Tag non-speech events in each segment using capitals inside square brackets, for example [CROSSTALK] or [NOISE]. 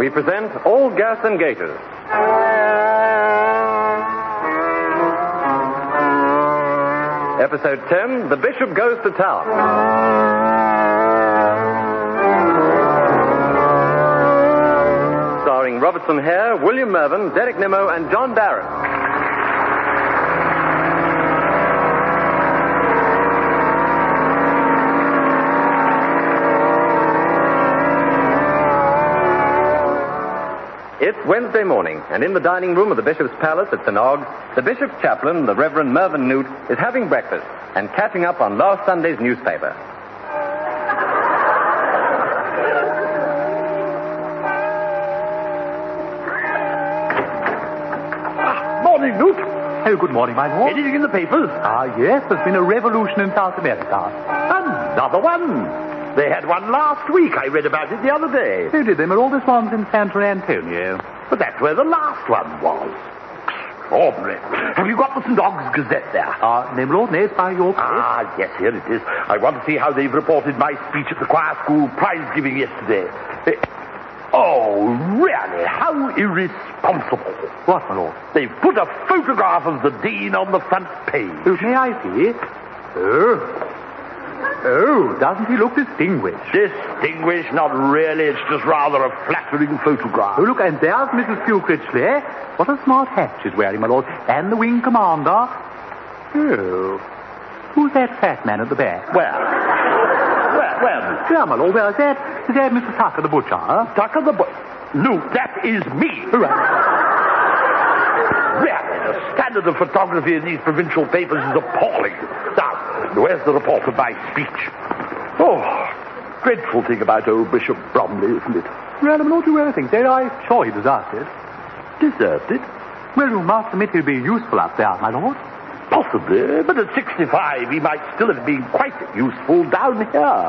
we present Old Gas and Gages. Episode 10 The Bishop Goes to Town. Starring Robertson Hare, William Mervyn, Derek Nimmo, and John Barron. It's Wednesday morning, and in the dining room of the Bishop's Palace at St. Ogg's, the Bishop's chaplain, the Reverend Mervyn Newt, is having breakfast and catching up on last Sunday's newspaper. Morning, Newt. Oh, good morning, my lord. Anything in the papers? Ah, yes, there's been a revolution in South America. Another one. They had one last week. I read about it the other day. So did them, and all this one's in San Antonio. But that's where the last one was. Extraordinary. Have you got the St. Ogg's Gazette there? Ah, no, my lord, no, it's by your place. Ah, yes, here it is. I want to see how they've reported my speech at the choir school prize giving yesterday. Eh, Oh, really? How irresponsible. What, my lord? They've put a photograph of the dean on the front page. Oh, may I see it? Oh. Oh, doesn't he look distinguished? Distinguished? Not really. It's just rather a flattering photograph. Oh, look, and there's Mrs. Hugh Critchley. What a smart hat she's wearing, my lord. And the wing commander. Oh. Who's that fat man at the back? Where? Where? Where? Well, my lord, well, is that, is that Mr. Tucker, the butcher? Huh? Tucker the boy. Luke, that is me. Right. Really, the standard of photography in these provincial papers is appalling. Now, where's the report of my speech? Oh, dreadful thing about old Bishop Bromley, isn't it? Well, I'm not too well, I think. Did I? Sure, he deserved it. Deserved it? Well, you must admit he'll be useful up there, my lord. Possibly, but at 65 he might still have been quite useful down here.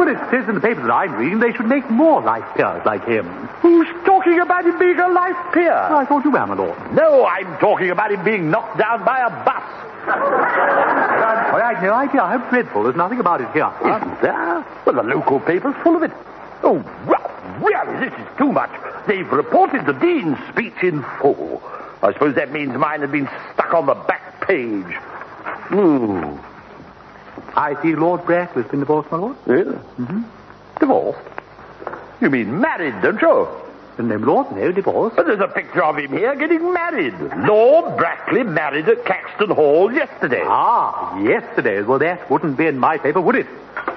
Well, it says in the paper that I'm reading they should make more life peers like him. Who's talking about him being a life peer? I thought you were, my lord. No, I'm talking about him being knocked down by a bus. Well, I'd no idea. How dreadful. There's nothing about it here. Huh? Isn't there? Well, the local paper's full of it. Oh, well, really, this is too much. They've reported the Dean's speech in full. I suppose that means mine had been stuck on the back page. Hmm. I see Lord Brackley's been divorced, my lord. Really? Mm-hmm. Divorced? You mean married, don't you? No, my lord, no divorce. But there's a picture of him here getting married. Lord Brackley married at Caxton Hall yesterday. Ah, yesterday. Well, that wouldn't be in my paper, would it?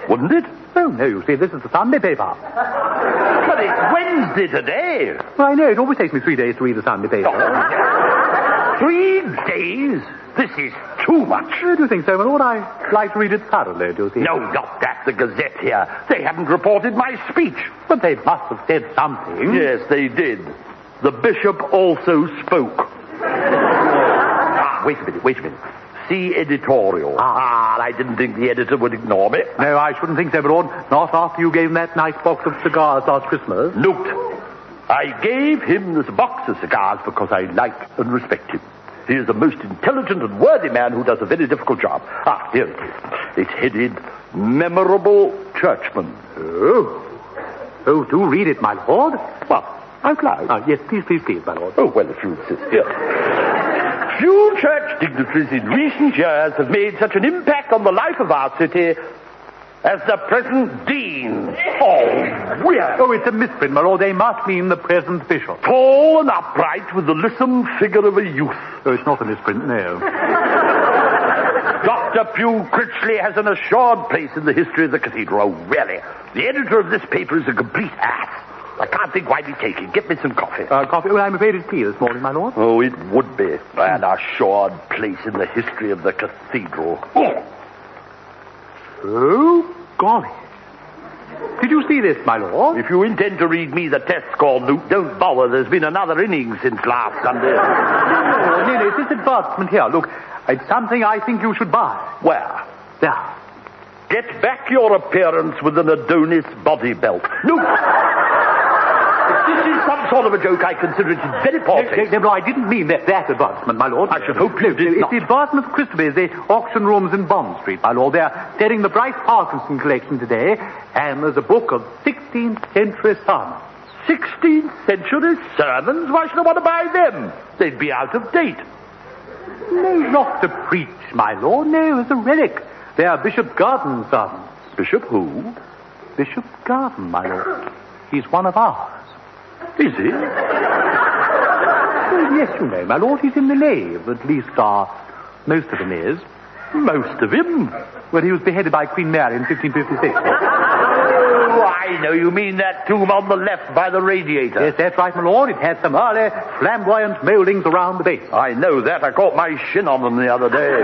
Wouldn't it? Oh, no, you see, this is the Sunday paper. But it's Wednesday today. Well, I know, it always takes me three days to read the Sunday Oh. paper. Three days? This is too much. I do think so, my lord. I like to read it thoroughly, do you see? No, not that. The Gazette here. They haven't reported my speech. Hmm? But they must have said something. Yes, they did. The bishop also spoke. ah, wait a minute, wait a minute. See editorial. Ah, I didn't think the editor would ignore me. No, I shouldn't think so, my lord. Not after you gave him that nice box of cigars last Christmas. Newt, I gave him this box of cigars because I like and respect him. He is a most intelligent and worthy man who does a very difficult job. Ah, here it is. It's headed Memorable Churchman. Oh. Oh, do read it, my lord. Well, I'm glad. Ah, yes, please, please, please, my lord. Oh, well, if you insist, here. Few church dignitaries in recent years have made such an impact on the life of our city as the present dean. Oh, weird. Oh, it's a misprint, my lord. They must mean the present bishop. Tall and upright with the lissom figure of a youth. Oh, it's not a misprint, [LAUGHS] no. Dr. Pew Critchley has an assured place in the history of the cathedral. Oh, really. The editor of this paper is a complete ass. I can't think why he'd take it. Get me some coffee. Uh, coffee. Well, I'm afraid it's tea this morning, my lord. Oh, it would be an assured place in the history of the cathedral. Oh, Oh, golly. Did you see this, my lord? if you intend to read me the test score, Luke, don't bother. There's been another inning since last Sunday. Oh, Lily, it's this advertisement here. Look, it's something I think you should buy. Where? There. Get back your appearance with an Adonis body belt. No. if this is some sort of a joke, I consider it very poor No, taste. no, no, I didn't mean that, that advertisement, my lord. I should hope you No, did no, It's not. the advertisement for Christie's, the auction rooms in Bond Street, my lord. They're selling the Bryce Parkinson collection today, and there's a book of 16th century sermons. 16th century sermons? Why should I want to buy them? They'd be out of date. No, not to preach, my lord. No, as a relic. They are Bishop Garden's son. Bishop who? Bishop Garden, my lord. He's one of ours. Is he? Well, Oh, yes, you know, my lord, he's in the nave. At least, uh, most of him is. Most of him. Well, he was beheaded by Queen Mary in 1556. Oh, I know you mean that tomb on the left by the radiator. yes, that's right, my lord. It had some early flamboyant mouldings around the base. I know that. I caught my shin on them the other day.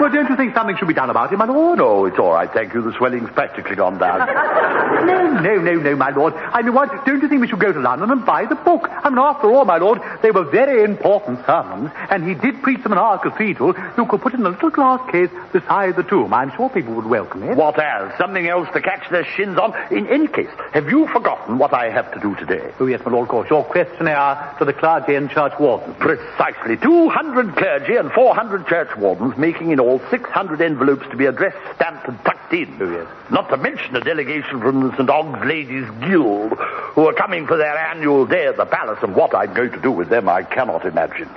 Well, don't you think something should be done about it, my lord? no, it's all right, thank you. The swelling's practically gone down. No, no, no, no, my lord. I mean, what? Don't you think we should go to London and buy the book? I mean, after all, my lord, they were very important sermons, and he did preach them in our cathedral. You could put it in a little glass case beside the tomb. I'm sure people would welcome it. what else? Something else to catch their shins on? In any case, have you forgotten what I have to do today? Oh, yes, my lord, of course. Your questionnaire to the clergy and church wardens. Precisely. 200 clergy and 400 churchwardens, making in all 600 envelopes to be addressed, stamped, and tucked in. Oh, yes. Not to mention a delegation from the St. Ogg's Ladies Guild, who are coming for their annual day at the palace, and what I'm going to do with them, I cannot imagine.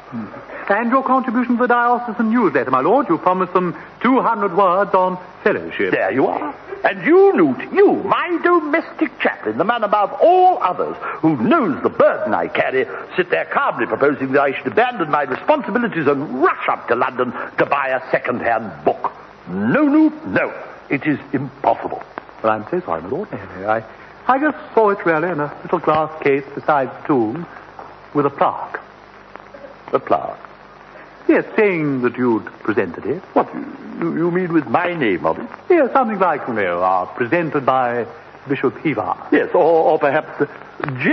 And your contribution to the diocesan newsletter, my lord. You promised them 200 words on fellowship. There you are. And you, Newt, you, my domestic chaplain, the man above all others who knows the burden I carry, sit there calmly proposing that I should abandon my responsibilities and rush up to London to buy a second-hand book. No, Newt, no. It is impossible. Well, I'm so sorry, my lord. No, no, I, I just saw it, really, in a little glass case beside the tomb with a plaque. The plaque. Yes, saying that you'd presented it. What, you, you mean with my name on it? Yes, something like, you know, uh, presented by Bishop Hevar. Yes, or, or perhaps uh,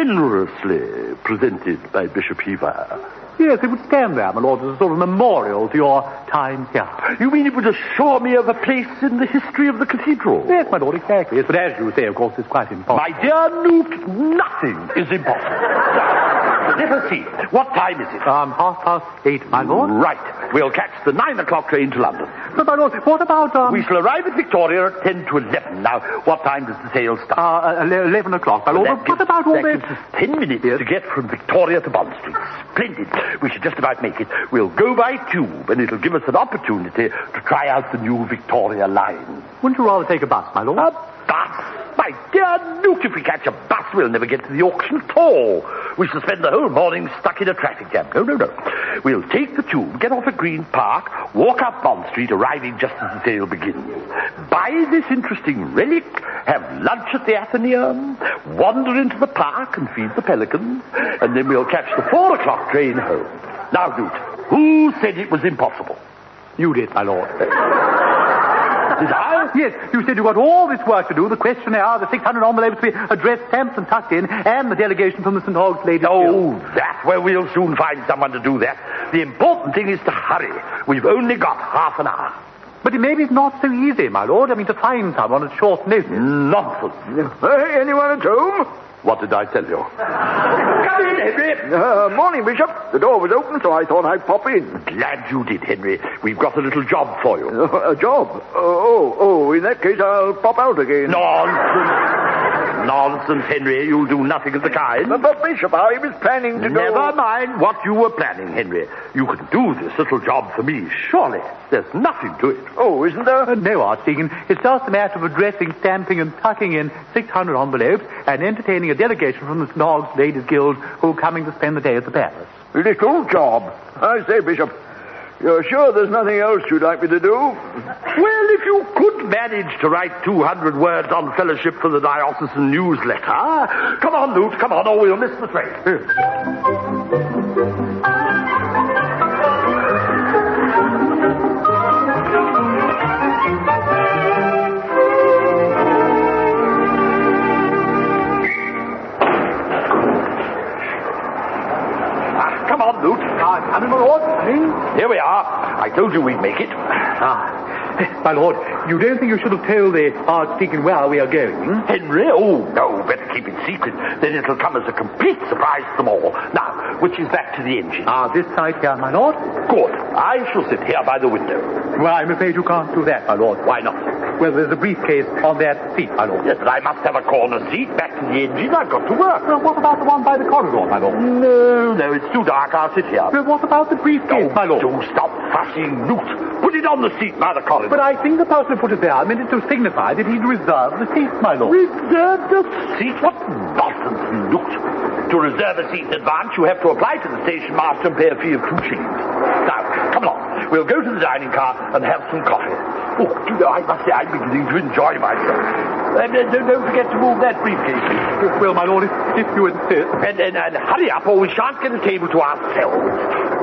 generously presented by Bishop Hever. Yes, it would stand there, my lord, as a sort of memorial to your time here. You mean it would assure me of a place in the history of the cathedral? Yes, my lord, exactly. Yes, but as you say, of course, it's quite My impossible. dear Newt, nothing is impossible. [LAUGHS] Let us see. What time is it? Um, half past eight, my lord. Right. We'll catch the nine o'clock train to London. But, my lord, what about, um... We shall arrive at Victoria at ten to eleven. Now, what time does the sail start? Uh, ele- 11 o'clock, my lord. That But gives- what about all that this? gives us ten minutes to get from Victoria to Bond Street. Splendid. We should just about make it. We'll go by tube, and it'll give us an opportunity to try out the new Victoria line. Wouldn't you rather take a bus, my lord? A bus? My dear Newt, if we catch a bus, we'll never get to the auction at all. We shall spend the whole morning stuck in a traffic jam. No, no, no. We'll take the tube, get off at Green Park, walk up Bond Street, arriving just as the sale begins. Buy this interesting relic, have lunch at the Athenaeum, wander into the park and feed the pelicans, and then we'll catch the four o'clock train home. Now, Newt, who said it was impossible? You did, my lord. Did I? Yes, you said you got all this work to do, the questionnaire, the 600 envelopes to be addressed, stamped and tucked in, and the delegation from the St. Hogg's Ladies Guild. Oh, that. Well, we'll soon find someone to do that. The important thing is to hurry. We've only got half an hour. But maybe it's not so easy, my lord. I mean, to find someone at short notice. Nonsense. anyone at home? What did I tell you? Come in, Henry. Uh, morning, Bishop. The door was open, so I thought I'd pop in. [LAUGHS] Glad you did, Henry. We've got a little job for you. a job? Oh, oh, in that case, I'll pop out again. Nonsense. Nonsense, Henry. You'll do nothing of the kind. But, but, Bishop, I was planning to go... Never mind what you were planning, Henry. You can do this little job for me, surely. There's nothing to it. Oh, isn't there? Uh, no, Archdeacon. It's just a matter of addressing, stamping, and tucking in 600 envelopes and entertaining a delegation from the St. Hogg's Ladies Guild who are coming to spend the day at the palace. Little job. I say, Bishop, you're sure there's nothing else you'd like me to do? Well, if you could manage to write 200 words on fellowship for the diocesan newsletter, come on, Newt, come on, or we'll miss the train. Ah, Ah, come on, Newt. Ah, coming, my lord. Here we are. I told you we'd make it. Ah, [LAUGHS] my lord, you don't think you should have told the Archdeacon where we are going? Henry? Oh, no, better keep it secret. Then it'll come as a complete surprise to them all. Now, which is back to the engine. Ah, this side here, my lord. Good. I shall sit here by the window. Well, I'm afraid you can't do that, my lord. Why not? Well, there's a briefcase on that seat, my lord. Yes, but I must have a corner seat back to the engine. I've got to work. Well, what about the one by the corridor, my lord? No, no, it's too dark. I'll sit here. Well, what about the briefcase, my lord? do stop fussing, Newt. Put it on the seat by the corridor. But I think the person who put it there meant it to signify that he'd reserved the seat, my lord. Reserve the seat? What nonsense, Newt. To reserve a seat in advance, you have to apply to the station master and pay a fee of two shillings. Now, come along. We'll go to the dining car and have some coffee. Oh, do you know, I must say I'm beginning to enjoy myself. And, uh, don't, don't forget to move that briefcase. Well, my lord, if, if you insist. And, and, and hurry up, or we shan't get a table to ourselves.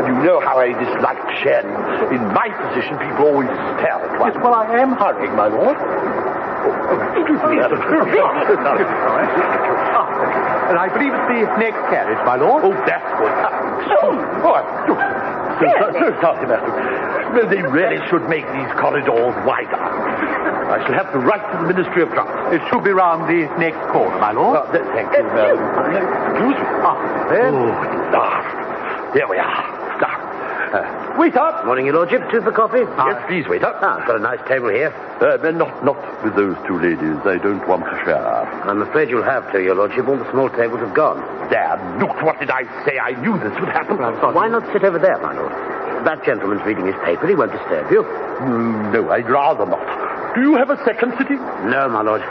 And you know how I dislike sharing. In my position, people always stare at one. Yes, well, I am hurrying, my lord. [LAUGHS] And I believe it's the next carriage, my lord. Oh, that's good. Oh, oh, I- so, so, so sorry, madam. No, They really should make these corridors wider. I shall have to write to the Ministry of Transport. It should be round the next corner, my lord. Oh, th- thank you, madam. Excuse me. Ah, there. Oh, at last. Here we are. Now, uh, wait up. Morning, your lordship. Two for coffee? Yes, please, wait up. Ah, I've got a nice table here. Uh, but not, not with those two ladies. I don't want to share. I'm afraid you'll have to, your lordship. All the small tables have gone. Damn, Newt, what did I say? I knew this would happen. I'm sorry. Why not sit over there, my lord? That gentleman's reading his paper. He won't disturb you. Mm, No, I'd rather not. Do you have a second sitting? No, my lord.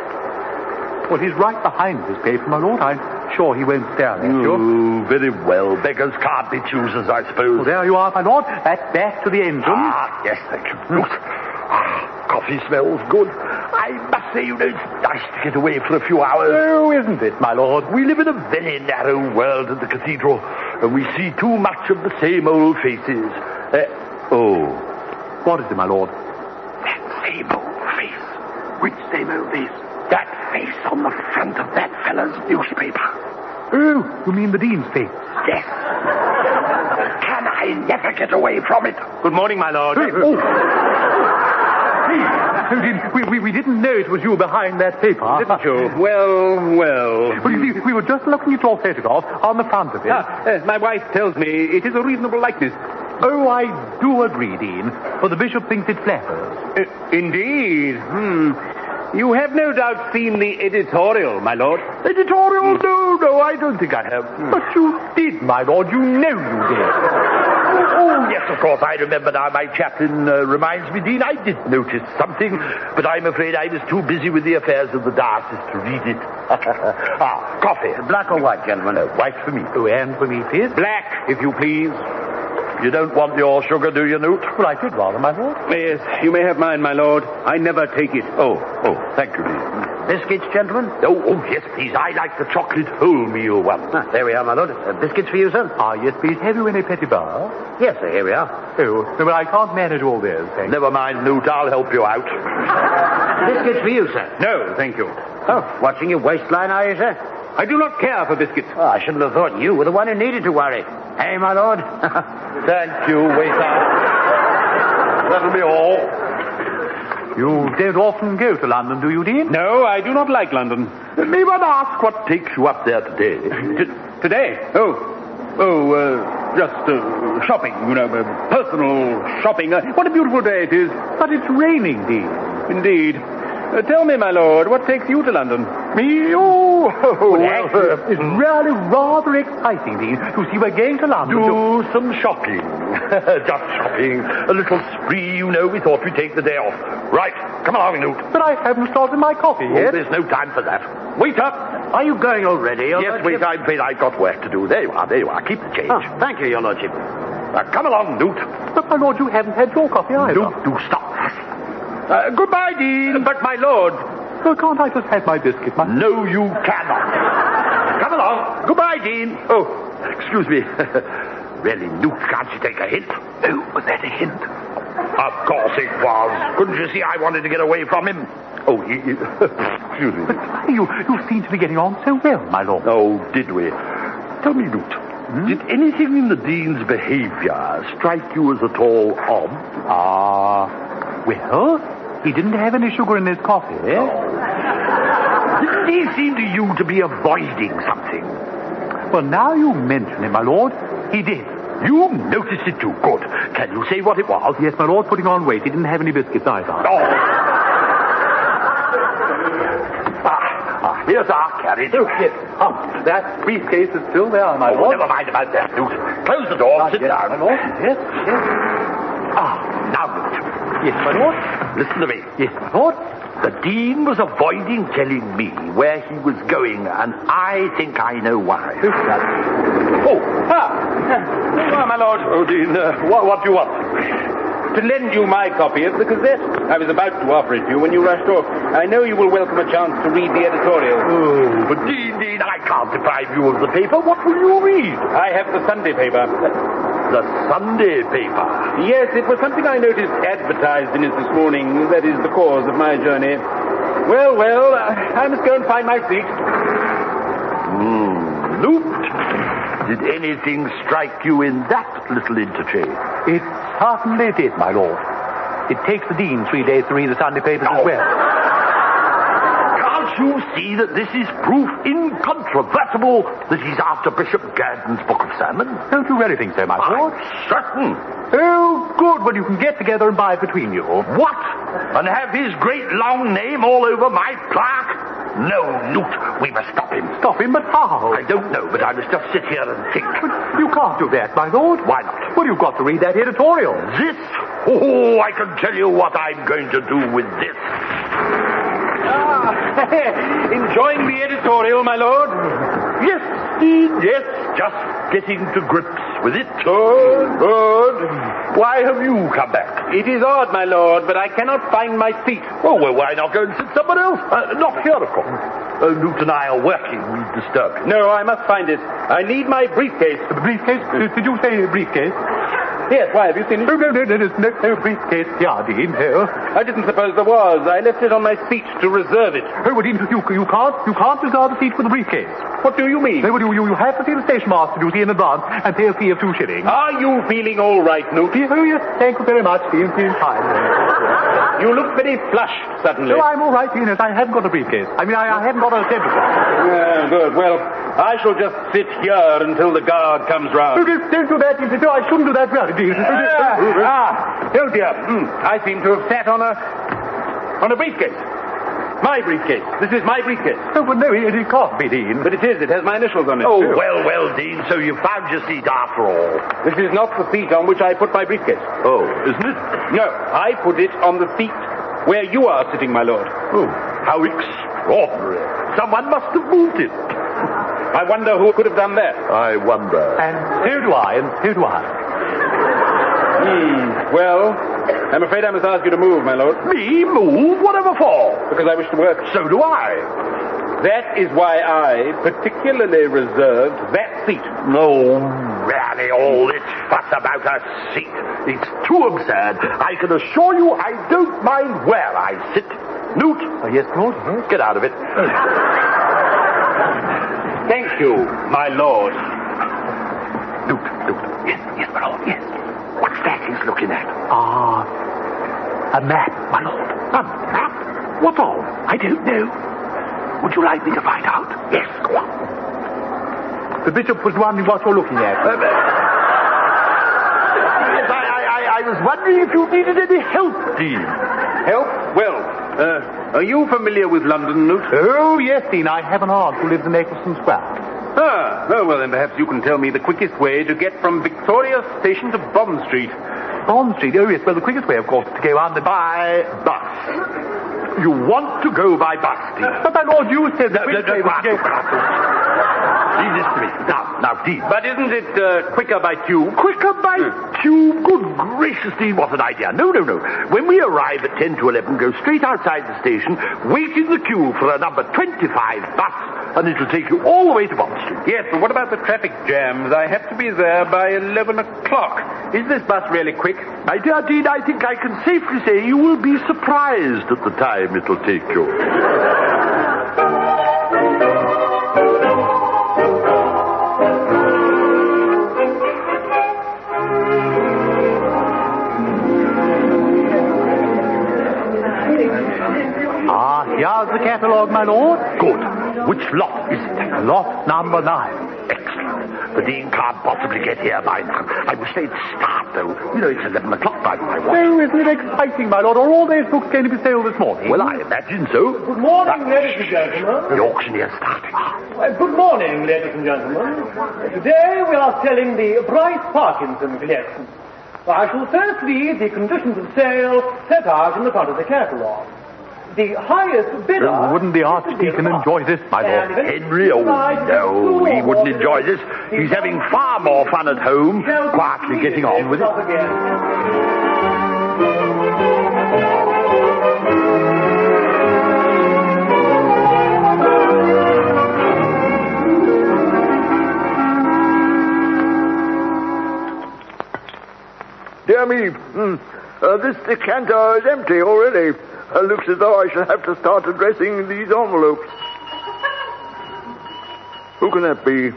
Well, he's right behind this paper, my lord. I'm sure he won't stare at you. Oh, very well. Beggars can't be choosers, I suppose. Well, there you are, my lord. That's back to the engine. Ah, yes, thank you. Look, ah, coffee smells good. I must say, you know, it's nice to get away for a few hours. Oh, isn't it, my lord? We live in a very narrow world at the cathedral, and we see too much of the same old faces. Uh, oh, What is it, my lord? that same old face. Which same old face? That face on the front of that fellow's newspaper. Oh, you mean the dean's face? Yes. Can I never get away from it? Good morning, my lord. Oh. Please, oh, dear, we, we, we didn't know it was you behind that Ah. paper. Didn't you? Uh-huh. Well, well. Well, you see, we were just looking at your photograph on the front of it. Ah, uh, my wife tells me it is a reasonable likeness. Oh, I do agree, Dean. For the bishop thinks it flatters. Uh, indeed. Hmm. You have no doubt seen the editorial, my lord. Editorial? Hmm. No, no, I don't think I have. But you did, my lord. You know you did. Oh, yes, of course, I remember now. My chaplain uh, reminds me, Dean, I did notice something, but I'm afraid I was too busy with the affairs of the diocese to read it. [LAUGHS] ah, coffee. Black or white, gentlemen? No, white for me. Oh, and for me, please. Black, if you please. You don't want your sugar, do you, Newt? Well, I should rather, my lord. Yes, you may have mine, my lord. I never take it. Oh, oh, thank you, Dean. Biscuits, gentlemen? Oh, oh, yes, please. I like the chocolate wholemeal one. Ah, there we are, my lord. Uh, biscuits for you, sir? Ah, yes, please. Have you any petit bar? Yes, sir, here we are. Oh, no, well, I can't manage all those things. Never mind, Newt. I'll help you [LAUGHS] out. Biscuits for you, sir. No, thank you. Oh, watching your waistline, are you, sir? I do not care for biscuits. Oh, I shouldn't have thought you were the one who needed to worry. Hey, my lord? [LAUGHS] Thank you, waiter. That'll be all. You don't often go to London, do you, Dean? No, I do not like London. May one ask what takes you up there today? T- today? Oh, oh, uh, just uh, shopping, you know, uh, personal shopping. Uh, what a beautiful day it is. But it's raining, Dean. Indeed. Uh, tell me, my lord, what takes you to London? hmm. Me? Oh, [LAUGHS] well, actually- uh, it's really rather exciting, Dean. You see, we're going to London. to- Do some shopping. [LAUGHS] Just shopping. A little spree, you know. We thought we'd take the day off. Right, come along, Newt. But I haven't started my coffee Oh, yet. there's no time for that. Wait up. Are you going already, your Yes, lordship? wait, I'm afraid I've got work to do. There you are, there you are. Keep the change. Oh, thank you, your lordship. Now, come along, Newt. But, my lord, you haven't had your coffee either. Newt, do stop fussing. Uh, goodbye, Dean. But, my lord. So can't I just have my biscuit, my... No, you cannot. come along. Goodbye, Dean. Oh, excuse me. [LAUGHS] really, Newt, can't you take a hint? Oh, was that a hint? Of course it was. Couldn't you see I wanted to get away from him? Oh, he, [LAUGHS] he- excuse me. You, you seem to be getting on so well, my lord. Oh, did we? Tell me, Newt, did anything in the Dean's behavior strike you as at all odd? Ah, well, he didn't have any sugar in his coffee. Didn't he seem to you to be avoiding something? Well, now you mention it, my lord, he did. You noticed it too. Good. Can you say what it was? Yes, my lord, putting on weight, he didn't have any biscuits either. Oh. Ah, Here's our carriage. Oh, yes. Ah, that briefcase is still there, my Oh, lord. never mind about that, Duke. Close the door. Ah, Sit yes, down. My lord. Yes, yes. Ah, now, Luke. Yes, my lord. Listen to me. Yes, my lord. The dean was avoiding telling me where he was going, and I think I know why. Oh, that- Oh, ah, Here you are, my lord. oh dean, uh, what, what do you want? To lend you my copy of the Gazette. I was about to offer it to you when you rushed off. I know you will welcome a chance to read the editorial. Oh, but dean, dean, I can't deprive you of the paper. What will you read? I have the Sunday paper. The Sunday paper. Yes, it was something I noticed advertised in it this morning. That is the cause of my journey. Well, well, uh, I I must go and find my seat. Hmm, looped. Did anything strike you in that little interchange? It certainly did, my lord. It takes the dean three days to read the Sunday papers No. as well. Can't you see that this is proof incontrovertible that he's after Bishop Gurdon's book of sermons? Don't you really think so, my I'm lord? certain. Oh, good. Well, you can get together and buy it between you. What? And have his great long name all over my plaque? No, Newt, we must stop him. Stop him, but how? I don't know, but I must just sit here and think. But you can't do that, my lord. Why not? Well, you've got to read that editorial. This? Oh, I can tell you what I'm going to do with this. Ah, enjoying the editorial, my lord? Yes, Dean, yes, just getting to grips with it. Good, good. Why have you come back? It is odd, my lord, but I cannot find my seat. Oh, well, why not go and sit somewhere else? Uh, not here, of course. Oh, Newt and I are working. We disturb you. No, I must find it. I need my briefcase. The briefcase? Uh, Did, did you say briefcase? Oh, Yes, why have you seen it? No, no, no, no, no, no, no briefcase. Yeah, Dean, Oh, no. I didn't suppose there was. I left it on my seat to reserve it. Oh, well, Dean, you, you can't, you can't reserve a seat for the briefcase. What do you mean? No, well, you, you, you have to see the station master duty in advance and pay a fee of two shillings. Are you feeling all right, Newt? Oh, yes, thank you very much, Dean. Dean, fine. You look very flushed suddenly. No, I'm all right, Dean. yes, I haven't got a briefcase. I mean, I, I haven't got a temperature. Yeah, Uh, good. Well, I shall just sit here until the guard comes No, round. no, don't do that, Dean. No, I shouldn't do that, really, Dean. No, no, Ah, no, no. ah, oh dear. Hmm, I seem to have sat on a on a briefcase. My briefcase. This is my briefcase. Oh, well, no, it, it can't be, Dean. But it is. It has my initials on it. Oh, well, well, Dean, so you found your seat after all. This is not the seat on which I put my briefcase. Oh, isn't it? No, I put it on the seat where you are sitting, my lord. Oh, how extraordinary. Someone must have moved it. I wonder who could have done that. I wonder. And so do I, and so do I. Hmm. Well, I'm afraid I must ask you to move, my lord, Me move? Whatever for? because I wish to work. So do I. That is why I particularly reserved that seat. No, really, all this fuss about a seat. It's too absurd. I can assure you I don't mind where I sit. Newt, Hmm? Oh, yes, Lord, yes. get out of [LAUGHS] it. Thank you, my lord. Look, look. Yes, yes, my lord, yes. What's that he's looking at? Ah, a map, my lord. A map? What of? I don't know. Would you like me to find out? Yes, go on. The bishop was wondering what you're looking at. yes, I, I, I, I was wondering if you needed any help, Dean. Help? Well, uh, are you familiar with London, Newt? Oh, yes, Dean, I have an aunt who lives in Eccleston Square. Ah, oh, well, then perhaps you can tell me the quickest way to get from Victoria Station to Bond Street. Bond Street, oh, yes, well, the quickest way, of course, is to go under by... Bus. You want to go by bus, Dean. But, my lord, you said that... No, no, no, bus, bus. Leave this to me. Now, now, Dean. But isn't it uh, quicker by tube? Quicker by tube. Good gracious, Dean, what an idea. No, no, no. When we arrive at 10 to 11, go straight outside the station, wait in the queue for a number 25 bus, and it'll take you all the way to Bond Street. Yes, but what about the traffic jams? I have to be there by 11 o'clock. Is this bus really quick? My dear Dean, I think I can safely say you will be surprised at the time it'll take you. Ah, here's the catalogue, my lord. Good. Which lot is it? Lot number nine. Excellent. The dean can't possibly get here by now. I wish they'd start, though. You know, it's 11 o'clock by my watch. Oh, isn't it exciting, my lord? Are all those books going to be sold this morning? Well, I imagine so. Good morning, ladies and gentlemen. The auctioneer's starting. Uh, Good morning, ladies and gentlemen. Today we are selling the Bryce Parkinson collection. I shall first read the conditions of sale set out in the front of the catalogue. The highest bidder. Oh, wouldn't the Archdeacon enjoy this, my lord? And if it Henry, oh provides no, he wouldn't two orders, enjoy this. the He's having far more fun at home, shall quietly getting on with it. up again. Dear me, hmm, mm, uh, this decanter is empty already. Uh, looks as though I shall have to start addressing these envelopes. Who can that be?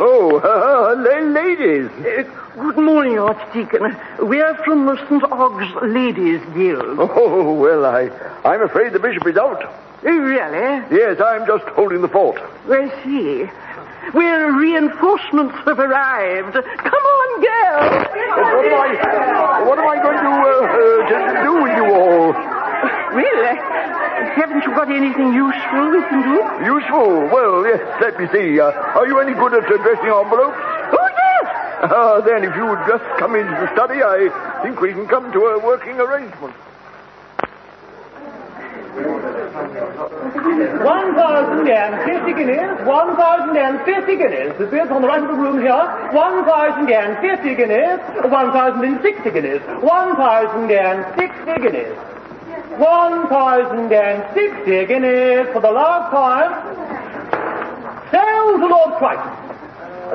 Oh, [LAUGHS] la- ladies. Good morning, Archdeacon. We're from the St. Ogg's Ladies Guild. Oh, well, I, I'm afraid the bishop is out. Oh, really? Yes, I'm just holding the fort. I see. Where reinforcements have arrived. Come on, What am girls. I, what am I going to, uh, uh, to do with you all? Really? Haven't you got anything useful we can do? Useful. Well, yes, let me see. Uh, are you any good at addressing envelopes? Oh, yes. Uh, then, if you would just come into the study, I think we can come to a working arrangement. 1,050 guineas, 1,050 guineas. The bids on the right of the room here, 1,050 guineas, 1,060 guineas, 1,060 guineas. 1,060 guineas for the last time. Sell to Lord Crichton.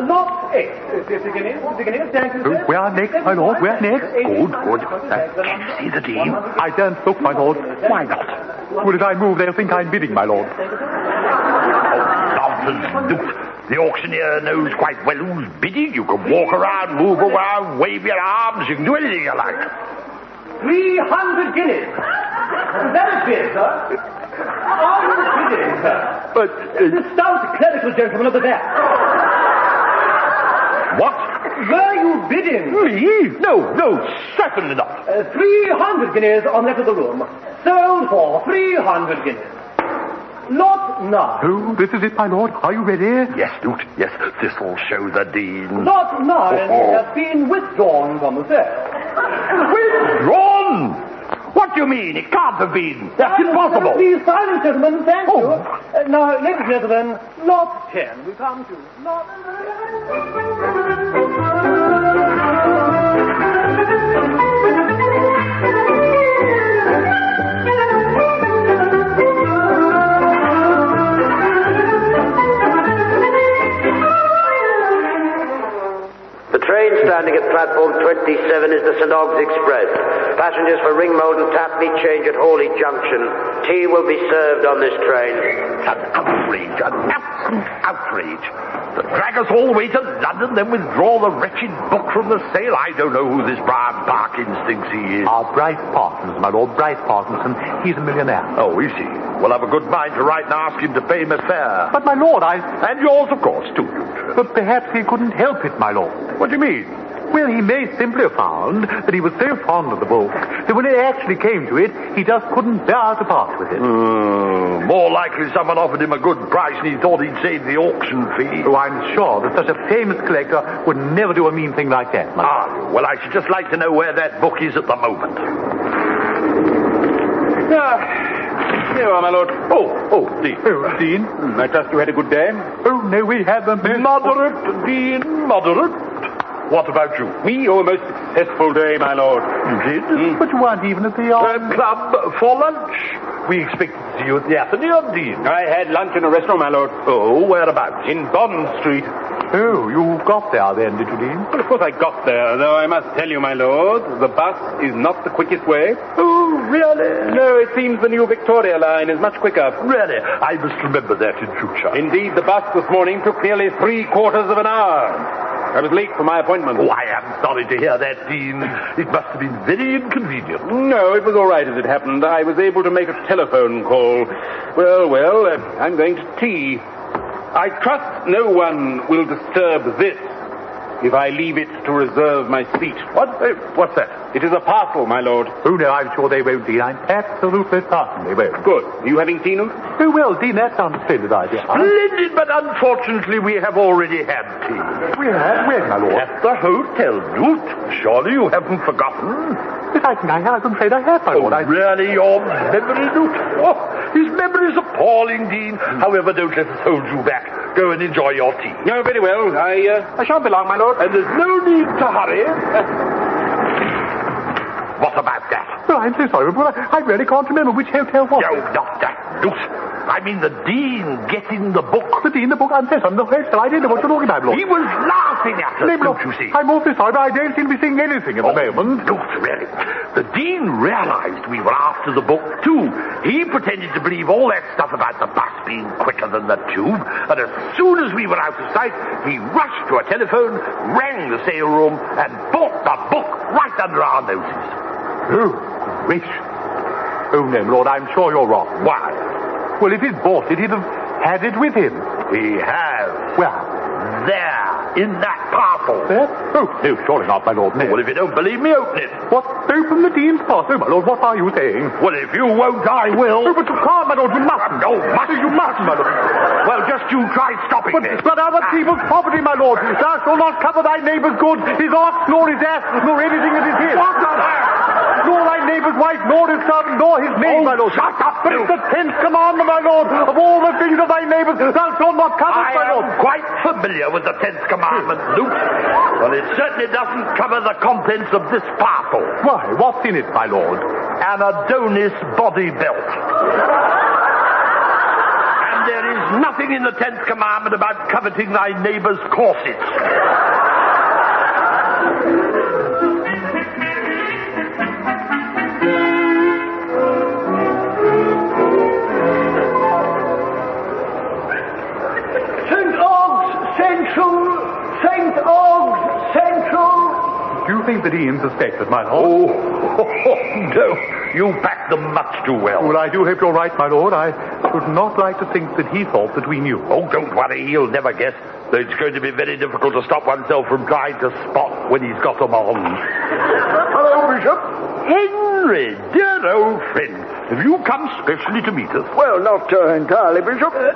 Lot 8, 50 guineas, 50 guineas, thank you, sir. We are next, my lord, we are next. Good, good. Uh, can you see the dean? I don't look, my lord. Why not? Well, if I move, they'll think I'm bidding, my lord. Nonsense, Newt. The auctioneer knows quite well who's bidding. You can walk around, move around, wave your arms. You can do anything you like. 300 guineas. That is it, sir. Are you kidding, sir? But uh, The stout clerical gentleman at the back. what? Were you bidding? Me? No, no, certainly not. Uh, 300 guineas on that of the room. Sold for 300 guineas. Lot 9. Oh, this is it, my lord. Are you ready? Yes, Newt. Yes, this will show the dean. Lot 9 Oh. has been withdrawn from the sale. Withdrawn? What do you mean? It can't have been. That's impossible. uh, Please, silence, gentlemen. Thank you. Oh. Uh, now, ladies and gentlemen, Lot 10. We come to Lot 10. The train standing at platform 27 is the St. Ogg's Express. Passengers for Ringmold and Tapley change at Hawley Junction. Tea will be served on this train. An outrage, an absolute outrage. To drag us all the way to London, then withdraw the wretched book from the sale. I don't know who this Brian Parkins thinks he is. Ah, Bryce Parkinson, my lord. Bryce Parkinson. He's a millionaire. Oh, is he? Well, I've a good mind to write and ask him to pay me fair. But, my lord, I. And yours, of course, too. Newt. But perhaps he couldn't help it, my lord. What do you mean? Well, he may simply have found that he was so fond of the book that when it actually came to it, he just couldn't bear to part with it. Hmm, more likely someone offered him a good price and he thought he'd saved the auction fee. Oh, I'm sure that such a famous collector would never do a mean thing like that, my Ah, well, I should just like to know where that book is at the moment. Ah, here you are, my lord. Oh, oh, the Oh, Dean? Hmm, I trust you had a good day. Oh, no, we haven't. Moderate, Dean, moderate. What about you? We owe oh, a most successful day, my lord. You did? But you weren't even at the Uh, yard. club for lunch. We expected to see you at the Athenaeum, Dean. I had lunch in a restaurant, my lord. Oh, whereabouts? In Bond Street. Oh, you got there then, did you, Dean? Well, of course I got there, though I must tell you, my lord, the bus is not the quickest way. Oh, really? No, it seems the new Victoria line is much quicker. Really? I must remember that in future. Indeed, the bus this morning took nearly three quarters of an hour. I was late for my appointment. Oh, I am sorry to hear that, Dean. It must have been very inconvenient. No, it was all right as it happened. I was able to make a telephone call. Well, well, uh, I'm going to tea. I trust no one will disturb this if I leave it to reserve my seat. Uh, What? eh, What's that? It is a parcel, my lord. Oh, no, I'm sure they won't, Dean. I'm absolutely certain they won't. Good. You having seen them? Oh, well, Dean, that sounds a splendid idea. Splendid, but unfortunately we have already had tea. Where? Where, my lord? At the Hotel Newt. Surely you haven't forgotten. But I think I have. I'm afraid I have, my Oh, lord. I... really, your memory, Newt? Oh, his memory is appalling, Dean. However, don't let us hold you back. Go and enjoy your tea. No, very well. I, uh, I shan't be long, my lord. And there's no need to hurry. [LAUGHS] what about that? Oh, I'm so sorry, but I, I really can't remember which hotel Oh, was No, it. not that, Newt. I mean the Dean getting the book. The Dean, the book, I'm so sorry. The hotel, I don't know what you're talking about, my lord. He was laughing at us, Nay, my don't lord, you see? I'm awfully sorry, but I don't seem to be seeing anything at the moment. Newt, really. The Dean realized we were after the book, too. He pretended to believe all that stuff about the bus being quicker than the tube, and as soon as we were out of sight, he rushed to a telephone, rang the sale room, and bought the book right under our noses. Oh, gracious. Oh, no, my lord, I'm sure you're wrong. Why? Well, if he'd bought it, he'd have had it with him. He has. Well, There, in that parcel. that? Oh, no, surely not, my lord. No. Well, if you don't believe me, open it. What? Open the Dean's parcel, my lord. What are you saying? Well, if you won't, I will. Oh, but you can't, my lord. You mustn't. No, must You must, my lord. Well, just you try stopping But, me. but other people's property, my lord. Thou shalt not cover thy neighbour's goods, his ox, nor his ass, nor anything that is his. What on earth? Nor thy neighbour's wife, nor his servant, nor his Oh, maid, my lord. shut up, But you- it's the tenth commandment, my lord. Of all the things of thy neighbours, thou shalt not covet, I my lord. am quite familiar with the Tenth Commandment, Luke. Well, it certainly doesn't cover the contents of this parcel. Why, what's in it, my lord? An Adonis body belt. and there is nothing in the Tenth Commandment about coveting thy neighbor's corsets. St. Ogg's Central, St. Ogg's Central. [COUGHS] Do you think that Ian suspected, my lord? [LAUGHS] Oh, no. You packed them much too well. Well, Oh, I do hope you're right, my lord. I would not like to think that he thought that we knew. Oh, don't worry, he'll never guess. Though It's going to be very difficult to stop oneself from trying to spot when he's got 'em on. Hello, Bishop. Henry, dear old friend, have you come specially to meet us? Well, not uh, entirely, Bishop. Uh,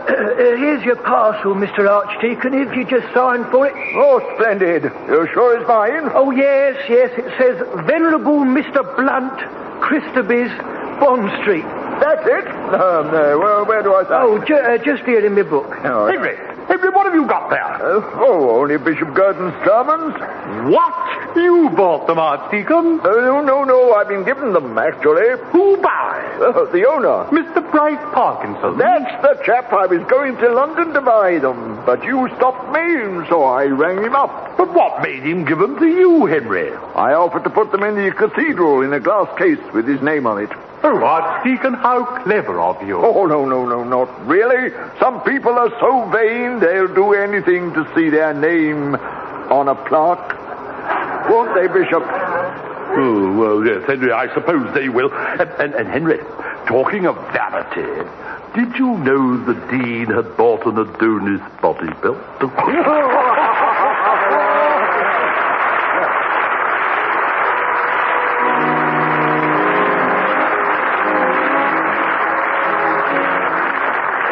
here's your parcel, Mr. Archdeacon, if you just sign for it. Oh, splendid. You're sure it's mine? Oh, yes, yes, it says Venerable Mr. Blunt, Christobes, Bond Street. That's it? Um, uh, well, where do I sign? Oh, ju- uh, just here in my book. Oh, Henry, Henry, what have you got there? uh, oh, only Bishop Gurdon's sermons? What? You bought them, Archdeacon. Oh, no, no, no. I've been given them, actually. Who buys? Uh, the owner. Mr. Bryce Parkinson. That's the chap I was going to London to buy them. But you stopped me, and so I rang him up. But what made him give 'em to you, Henry? I offered to put them in the cathedral in a glass case with his name on it. Oh, Archdeacon, how clever of you. Oh, no, no, no, not really. Some people are so vain they'll do anything to see their name on a plaque. Won't they, Bishop? Oh, well, yes, Henry, I suppose they will. And, and, and Henry, talking of vanity, did you know the Dean had bought an Adonis body belt?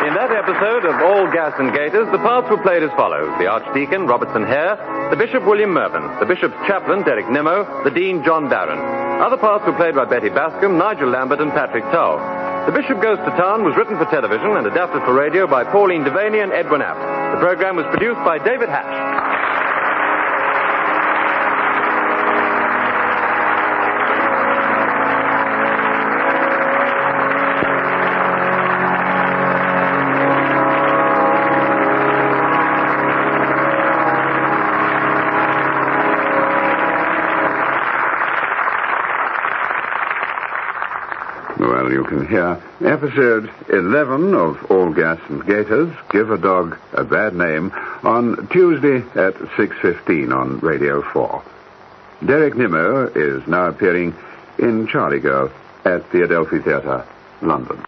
In that episode of All Gas and Gators, the parts were played as follows. The Archdeacon, Robertson Hare, the Bishop, William Mervyn, the Bishop's chaplain, Derek Nimmo, the Dean, John Barron. Other parts were played by Betty Bascom, Nigel Lambert, and Patrick Towle. The Bishop Goes to Town was written for television and adapted for radio by Pauline Devaney and Edwin Apt. The program was produced by David Hatch. Well, you can hear episode 11 of All Gas and Gators, Give a Dog a Bad Name, on Tuesday at 6.15 on Radio 4. Derek Nimmo is now appearing in Charlie Girl at the Adelphi Theatre, London.